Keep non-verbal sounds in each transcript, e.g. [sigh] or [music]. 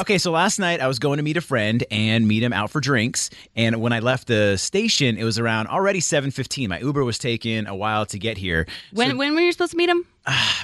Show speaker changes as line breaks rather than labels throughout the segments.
Okay, so last night I was going to meet a friend and meet him out for drinks. And when I left the station, it was around already 7:15. My Uber was taking a while to get here.
When when were you supposed to meet him?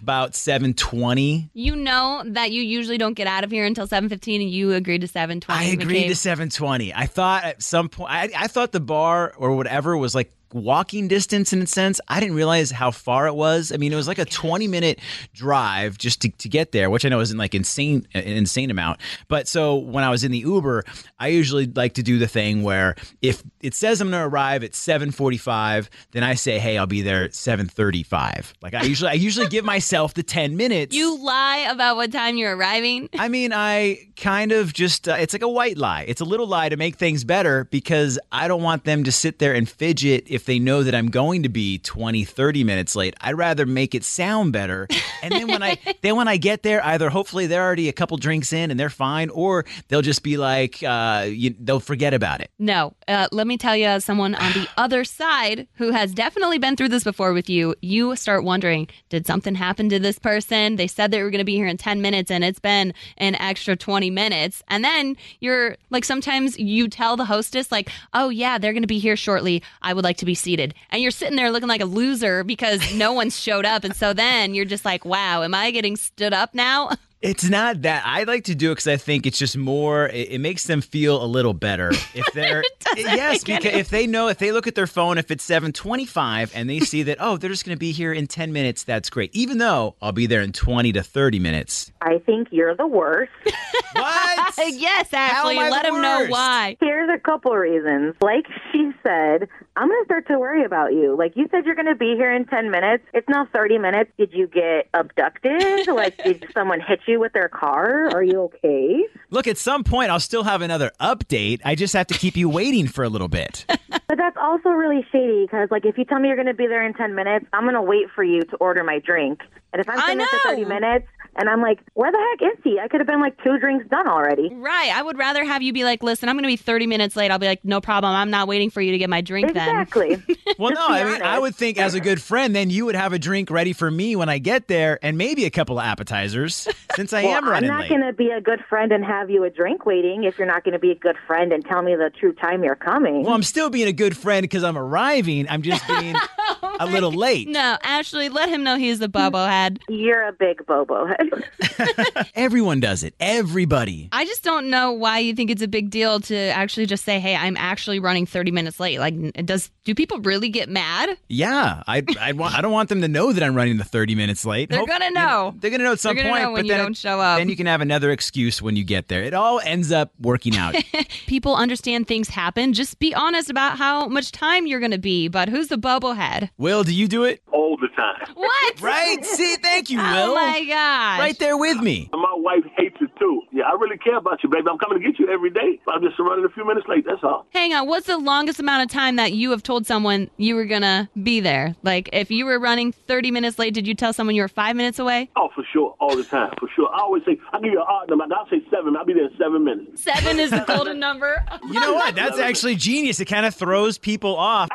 About 7:20.
You know that you usually don't get out of here until 7:15 and you agreed to 7:20.
I agreed to 7:20. I thought at some point I, I thought the bar or whatever was like walking distance in a sense. I didn't realize how far it was. I mean, it was like a 20-minute drive just to, to get there, which I know isn't like insane an insane amount. But so when I was in the Uber, I usually like to do the thing where if it says I'm going to arrive at 7:45, then I say, "Hey, I'll be there at 7:35." Like I usually I usually give myself the 10 minutes.
You lie about what time you're arriving.
I mean, I kind of just, uh, it's like a white lie. It's a little lie to make things better because I don't want them to sit there and fidget if they know that I'm going to be 20, 30 minutes late. I'd rather make it sound better. And then when I, then when I get there, either hopefully they're already a couple drinks in and they're fine, or they'll just be like, uh, you, they'll forget about it.
No, uh, let me tell you, as someone
[sighs]
on the other side who has definitely been through this before with you, you start wondering, did something happen to this person? They said they were going to be here in 10 minutes and it's been an extra 20 minutes. And then you're like, sometimes you tell the hostess, like, oh, yeah, they're going to be here shortly. I would like to be seated. And you're sitting there looking like a loser because no one's showed up. And so then you're just like, wow, am I getting stood up now? [laughs]
It's not that I like to do it because I think it's just more. It, it makes them feel a little better
[laughs]
if they're yes,
make
because if they know if they look at their phone if it's seven twenty five and they see that oh they're just going to be here in ten minutes that's great even though I'll be there in twenty to thirty minutes.
I think you're
[laughs]
the worst. [laughs]
What?
yes, Ashley,
am I
let
the
them know
worst?
why.
Here's a couple reasons. Like she said, I'm going to start to worry about you. Like you said, you're going to be here in 10 minutes. It's now 30 minutes. Did you get
[laughs]
abducted? like, did someone hit you with their car? Are you
[laughs]
okay?
Look, at some point I'll still have another update. I just have to keep you waiting for a little
[laughs]
bit.
But that's also really shady because, like, if you tell me you're going to be there in 10 minutes, I'm going to wait for you to order my drink. And if I'm
I
sitting there
know.
for 30 minutes and I'm like, where the heck is he? I could have been like two drinks done already.
Right. I would rather have you be like, listen, I'm going to be 30 minutes late. I'll be like, no problem. I'm not waiting for you to get my drink then.
Exactly.
[laughs]
Well, no,
be
I mean I
honest.
would think as a good friend then you would have a drink ready for me when I get there and maybe a couple of appetizers since I am
Well, I'm
running
not
late.
going to be a good friend and have you a drink waiting if you're not going to be a good friend and tell me the true time you're coming.
Well, I'm still being a good friend because I'm arriving. I'm just
[laughs]
being a little late.
No, Ashley, let him know he's
Hmm.
the bubble head.
you're a big bobo [laughs] head.
Everyone does it. Everybody.
I just don't know why you think it's a big deal to actually just say, hey, I'm actually running 30 minutes late. Like, n- does do people really get mad?
Yeah, I I want I don't want them to know that I'm running the 30 minutes late.
They're gonna know.
they're gonna know at some
gonna
point.
know when
but
you
then
don't show up.
Then you can have another excuse when you get there. It all ends up working
[laughs]
out.
People understand things happen. Just be honest about how much time you're going to be. But who's the bubble head?
Will, do you do it?
all the time.
What?
Right. See, thank you,
[laughs] Oh
Will.
my gosh.
right there with me.
And my wife hates it too. Yeah, I really care about you, baby. I'm coming to get you every day. I'm just running a few minutes late. That's all.
Hang on, what's the longest amount of time that you have told someone you were gonna be there? Like, if you were running 30 minutes late, did you tell someone you were five minutes away?
Oh, for sure, all the time, for sure. I always say, I give you an odd number. I'll say seven. I'll be there in seven minutes.
Seven
[laughs]
is the golden number.
You
[laughs]
know what? That's actually genius. It kind of throws people off.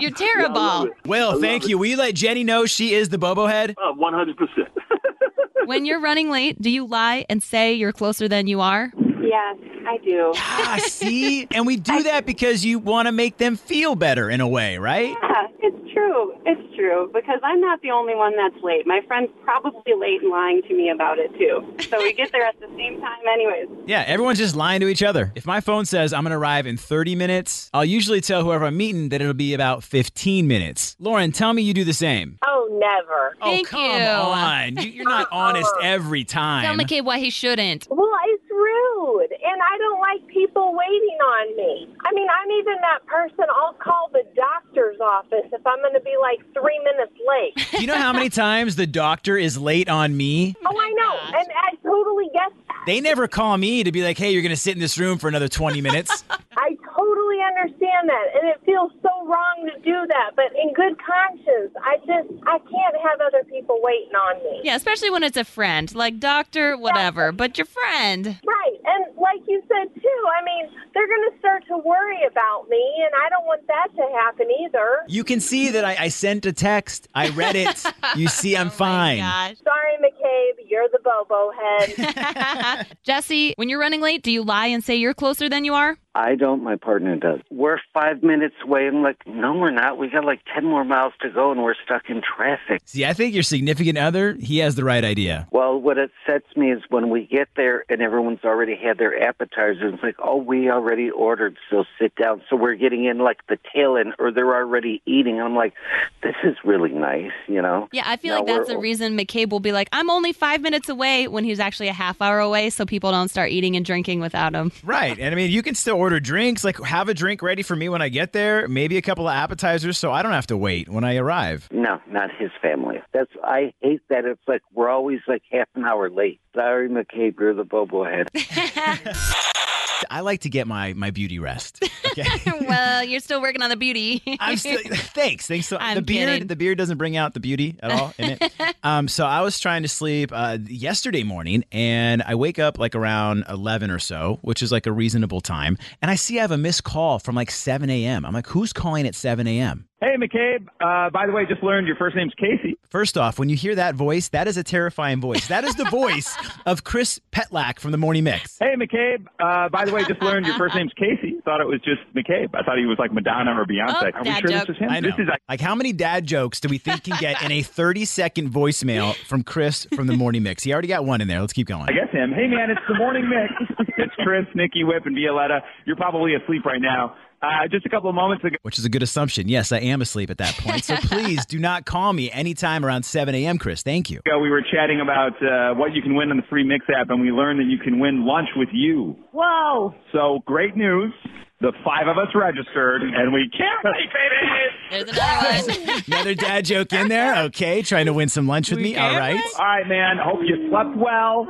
You're
I love
terrible.
it.
Will, thank you. Will you let Jenny know she is the bobo head?
Uh, 100. percent [laughs]
When you're running late, do you lie and say you're closer than you are?
Yes, I do. [laughs]
[laughs]
Ah, see? And we do that because you want to make them feel better in a way, right?
Yeah, it's true. It's true because I'm not the only one that's late. My friend's probably late and lying to me about it too. So we get there at the same time, anyways.
Yeah, everyone's just lying to each other. If my phone says I'm going to arrive in 30 minutes, I'll usually tell whoever I'm meeting that it'll be about 15 minutes. Lauren, tell me you do the same.
Oh, never.
Thank
oh, come
you.
on. You, you're not honest every
Tell
time.
McCabe why he shouldn't.
Well, it's rude, and I don't like people waiting on me. I mean, I'm even that person. I'll call the doctor's office if I'm going to be like three minutes
[laughs]
late.
Do you know how
[laughs]
many times the doctor is late on me?
oh, I know, and I totally get that.
They never call me to be like, hey, you're going to sit in this room for another 20 minutes.
I totally understand that, and it feels feels so wrong to do that, but in good conscience, I just I can't have other people waiting on me.
Yeah, especially when it's a friend, like doctor, whatever, but your friend.
Right. And like you said too, I mean, they're going to start to worry about me and I don't want that to happen either.
You can see that I, I sent a text. I read it. You see,
[laughs] Oh
I'm fine.
Gosh.
Sorry, McCabe, you're the bobo head.
Jesse, when you're running late, do you lie and say you're closer than you are?
I don't. My partner does. We're five minutes away. I'm like, no, we're not. We got like 10 more miles to go and we're stuck in traffic.
See, I think your significant other, he has the right idea.
Well, what upsets me is when we get there and everyone's already had their appetizers. It's like, oh, we already ordered, so sit down. So we're getting in like the tail end or they're already eating. I'm like, this is really nice, you know?
Yeah, I feel
No,
like that's
we're-
the reason McCabe will be like, I'm only five minutes away when he's actually a half hour away, so people don't start eating and drinking without him.
Right. And I mean, you can still order drinks, like have a drink ready for me when I get there, maybe a couple of appetizers so I don't have to wait when I arrive.
No, not his family. That's I hate that. It's like we're always like half an hour late. Sorry, McCabe, you're the bobo head.
I like to get my my beauty rest. [laughs] Okay.
[laughs] well, you're still working on the beauty. [laughs]
I'm still [laughs] thanks, thanks. So
I'm
the beard,
kidding.
the beard doesn't bring out the beauty at all in
[laughs]
it. um, so I was trying to sleep uh, yesterday morning, and I wake up like around eleven or so, which is like a reasonable time, and I see I have a missed call from like seven a.m. I'm like, who's calling at seven a.m.
Hey, McCabe. Uh, by the way, just learned your first name's Casey.
First off, when you hear that voice, that is a terrifying voice. That is the
[laughs]
voice of Chris Petlak from the Morning Mix.
Hey, McCabe. Uh, by the way, just learned your first name's Casey. Thought it was just McCabe. I thought he was like Madonna or Beyonce.
Oh,
Are we
dad
sure
joke.
this is him?
I know.
This is
like, how many dad jokes do we think can get in a 30 second voicemail from Chris from the Morning Mix? He already got one in there. Let's keep going.
I guess him. Hey, man, it's the morning mix. it's Chris, Nikki, Whip, and Violetta. You're probably asleep right now. Uh, just a couple of moments ago,
Which is a good assumption. Yes, I am asleep at that point. So please do not call me anytime around 7 a.m., Chris. Thank you.
we were chatting about uh, what you can win on the free mix app, and we learned that you can win lunch with you.
Whoa.
So great news. The five of us registered, and we can't wait, baby.
There's another
[laughs]
one. [laughs]
Another dad joke in there. Okay, trying to win some lunch with me. All right.
All right, man. Hope you slept well.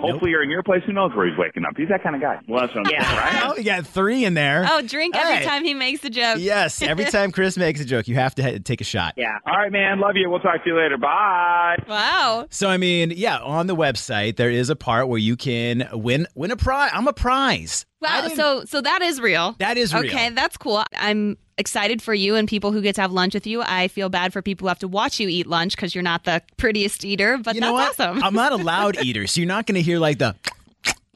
Hopefully, you're in your place. Who knows where he's waking up? He's that kind of guy. Well, that's what I'm saying, right?
Oh, you got three in there.
Oh, drink every
Hey.
time he makes a joke.
Yes, every time Chris makes a joke, you have to ha- take a shot.
Yeah.
All right, man. Love you. We'll talk to you later. Bye.
Wow.
So I mean, yeah, on the website there is a part where you can win win a prize. I'm a prize. I
Wow.
didn't-
So so that is real.
that is real.
Okay, that's cool. I'm excited for you and people who get to have lunch with you. I feel bad for people who have to watch you eat lunch because you're not the prettiest eater, but
you
that's
know what?
awesome.
I'm not a loud eater, so you're not going to hear like the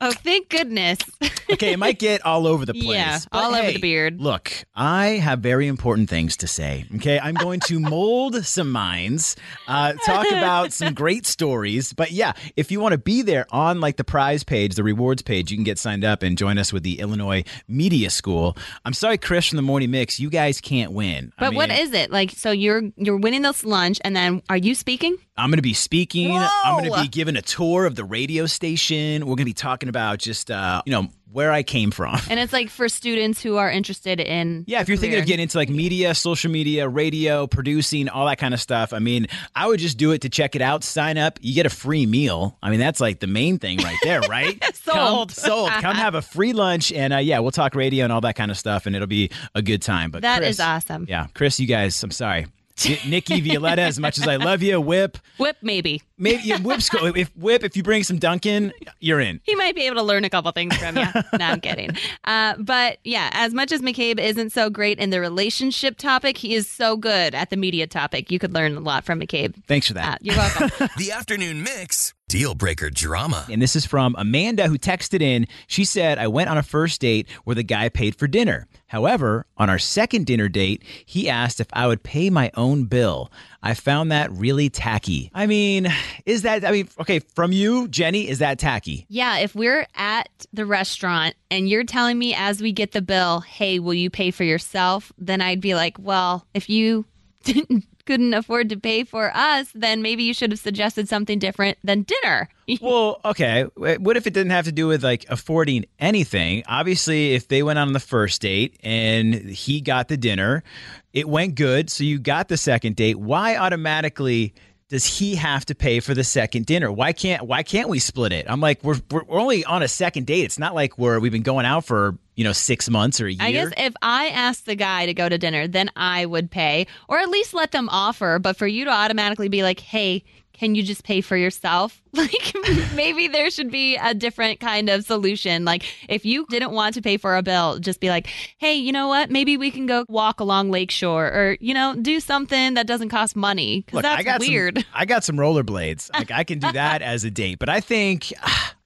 oh, thank goodness. [laughs]
okay, it might get all over the place.
Yeah,
but
all over
hey,
the beard.
Look, I have very important things to say. Okay, I'm going to mold some minds, uh, talk
[laughs]
about some great stories. But yeah, if you want to be there on like the prize page, the rewards page, you can get signed up and join us with the Illinois Media School. I'm sorry, Chris from the Morning Mix, you guys can't win. I
But what
mean,
is it? Like so you're you're winning this lunch and then are you speaking?
I'm going to be speaking. I'm going to
Whoa!
be giving a tour of the radio station. We're going to be talking about just uh, you know where I came from.
And it's like for students who are interested in
Yeah, if you're thinking of
career.
getting into like media, social media, radio, producing, all that kind of stuff, I mean, I would just do it to check it out. Sign up, you get a free meal. I mean, that's like the main thing right
[laughs]
there, right? Come,
Sold.
sold. Come have a free lunch, and uh, yeah, we'll talk radio and all that kind of stuff, and it'll be a good time. But
That
Chris,
is awesome.
Yeah, Chris, you guys, I'm
[laughs]
sorry. Ni- Nikki, Violetta, as much as I love you, Whip,
Whip maybe.
maybe yeah, Whip's go. If Whip, if you bring some Duncan, you're in.
he might be able to learn a couple things
[laughs]
from you. no, I'm kidding. Uh, but yeah, as much as McCabe isn't so great in the relationship topic, he is so good at the media topic. You could learn a lot from McCabe.
Thanks for that.
Uh, you're welcome.
The afternoon mix. Deal breaker drama.
And this is from Amanda who texted in. She said, I went on a first date where the guy paid for dinner. However, on our second dinner date, he asked if I would pay my own bill. I found that really tacky. I mean, is that, I mean, okay, from you, Jenny, is that tacky?
yeah, if we're at the restaurant and you're telling me as we get the bill, hey, will you pay for yourself? Then I'd be like, well, if you [laughs] didn't. Couldn't afford to pay for us, then maybe you should have suggested something different than dinner.
Well, okay. What if it didn't have to do with like affording anything? Obviously, if they went on the first date and he got the dinner, it went good. So you got the second date. Why automatically does he have to pay for the second dinner? Why can't Why can't we split it? I'm like, we're we're we're only on a second date. It's not like we're we've been going out for you know, six months or a year.
I guess if I asked the guy to go to dinner, then I would pay, or at least let them offer. But for you to automatically be like, "Hey, can you just pay for yourself?" [laughs] Like maybe there should be a different kind of solution. Like if you didn't want to pay for a bill, just be like, "Hey, you know what? Maybe we can go walk along Lakeshore, or you know, do something that doesn't cost money." Because that's
I got
weird.
Some, I got some rollerblades. Like I can do that as a date, but I think [sighs]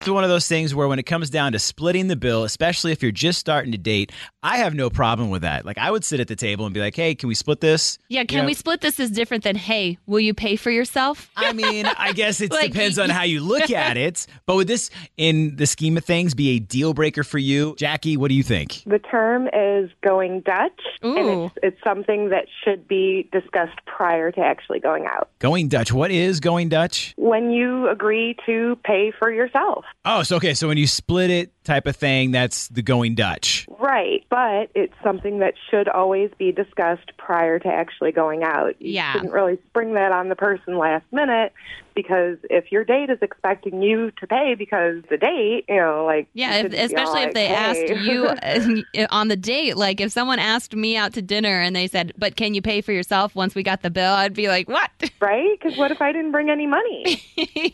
It's one of those things where when it comes down to splitting the bill, especially if you're just starting to date, I have no problem with that. Like I would sit at the table and be like, "Hey, can we split this?"
Yeah, can
You know?
we split this as different than, "Hey, will you pay for yourself?"
I mean, I guess it
[laughs] Like,
depends
y-
on how you
[laughs]
look at it. But would this, in the scheme of things, be a deal breaker for you, Jackie? What do you think?
The term is going Dutch,
Ooh.
and it's, it's something that should be discussed prior to actually going out.
Going Dutch. What is going Dutch?
When you agree to pay for yourself,
Oh, so okay. So when you split it, type of thing, that's the going Dutch.
right? But it's something that should always be discussed prior to actually going out. You
Yeah.
shouldn't really spring that on the person last minute because if your date is expecting you to pay because the date, you know, like you
Yeah, if,
shouldn't be all
especially if
like,
they
"Hey."
asked you [laughs] uh, on the date. Like, if someone asked me out to dinner and they said, "But can you pay for yourself once we got the bill?" I'd be like, "What?"
[laughs]
[laughs]
right? Because what if I didn't bring any money?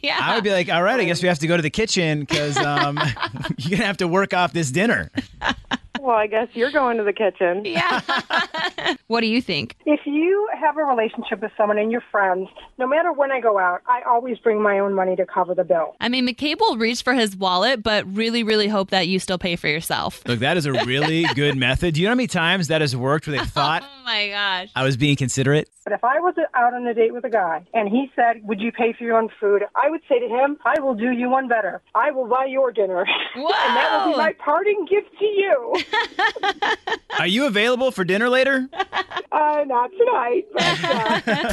yeah,
I would be like, all right, I guess we have to go to the kitchen because um, [laughs] you're gonna have to work off this dinner.
well, I guess you're going to the kitchen.
yeah. what do you think?
If you have a relationship with someone and you're friends, no matter when I go out, I always bring my own money to cover the bill.
I mean, McCabe will reach for his wallet, but really, really hope that you still pay for yourself.
Look, that is a really good method. Do you know how many times that has worked where they thought
[laughs] Oh my gosh.
I was being considerate?
But if I was out on a date with a guy and he said, Would you pay for your own food? I would say to him, I will do you one better. I will buy your dinner. [laughs] and that will
Whoa.
be my parting gift to you.
Are you available for dinner later?
uh, not tonight. But, uh,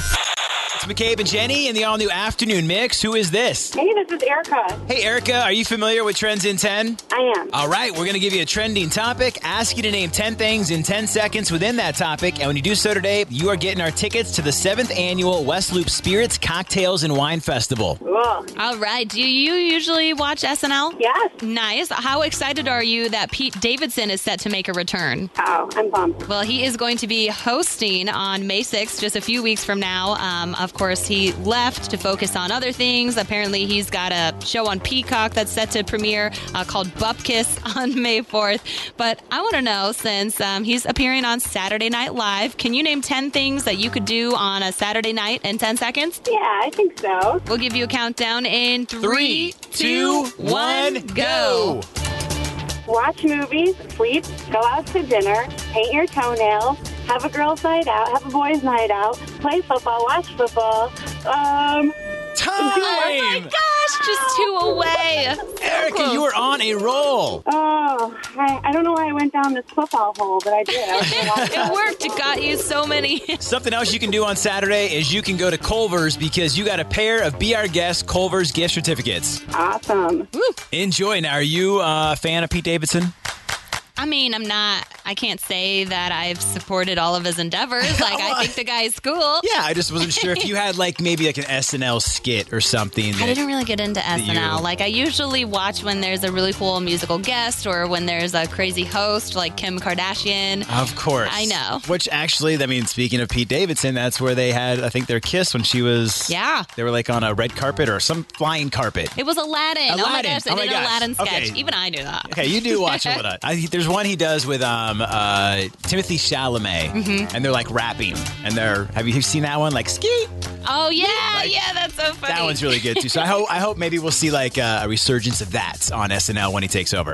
It's McCabe and Jenny in the all new afternoon mix. Who is this?
Hey, this is Erica.
Hey, Erica, are you familiar with Trends in 10?
I am.
All right, we're going to give you a trending topic, ask you to name 10 things in 10 seconds within that topic. And when you do so today, you are getting our tickets to the seventh annual West Loop Spirits, Cocktails, and Wine Festival.
Well,
All right. Do you usually watch SNL?
yes.
Nice. How excited are you that Pete Davidson is set to make a return?
Oh, I'm bummed.
Well, he is going to be hosting on May 6th, just a few weeks from now. Um, of course, he left to focus on other things. Apparently, he's got a show on Peacock that's set to premiere uh, called Bupkis [laughs] on May 4th. But I want to know since um, he's appearing on Saturday Night Live, can you name 10 things that you could do on a Saturday night in 10 seconds?
Yeah, I think so.
We'll give you a countdown in
Three,
three,
two, one, go.
Watch movies, sleep, go out to dinner, paint your toenails, have a girls' night out, have a boys' night out, play football, watch football. Um,
Oh my
Time!
gosh, just two away.
Erica, you are on a roll.
oh, I, I don't know why I went down this football hole, but I did. I was gonna watch
It worked. It got you so many. [laughs]
Something else you can do on Saturday is you can go to Culver's because you got a pair of Be Our Guest Culver's gift certificates.
it. awesome.
Enjoy. Now, are you uh, a fan of Pete Davidson?
I mean, I'm not. I can't say that I've supported all of
[laughs]
his endeavors. Like I think the guy's cool.
Yeah, I just wasn't sure if [laughs] you had like maybe like an SNL skit or something.
I
that-
didn't really get into
that you-
SNL. Like I usually watch when there's a really cool musical guest or when there's a crazy host like Kim Kardashian.
Of course.
I know.
Which actually, I mean, speaking of Pete Davidson, that's where they had, I think, their kiss when she was.
Yeah.
They were like on a red carpet or some flying carpet.
It was Aladdin. Oh my
Aladdin.
gosh, they
Oh my
did an
gosh.
Aladdin sketch.
Okay.
Even I knew that.
Okay, you do watch it with us. I, there's one he does with um uh Timothy Chalamet,
Mhm.
and they're like rapping, and they're have you seen that one? Like ski.
Oh yeah, yeah, that's so funny.
That one's really good too. So I hope I hope maybe we'll see like uh, a resurgence of that on SNL when he takes over.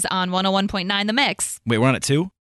on 101.9 The Mix.
Wait, we're on it too?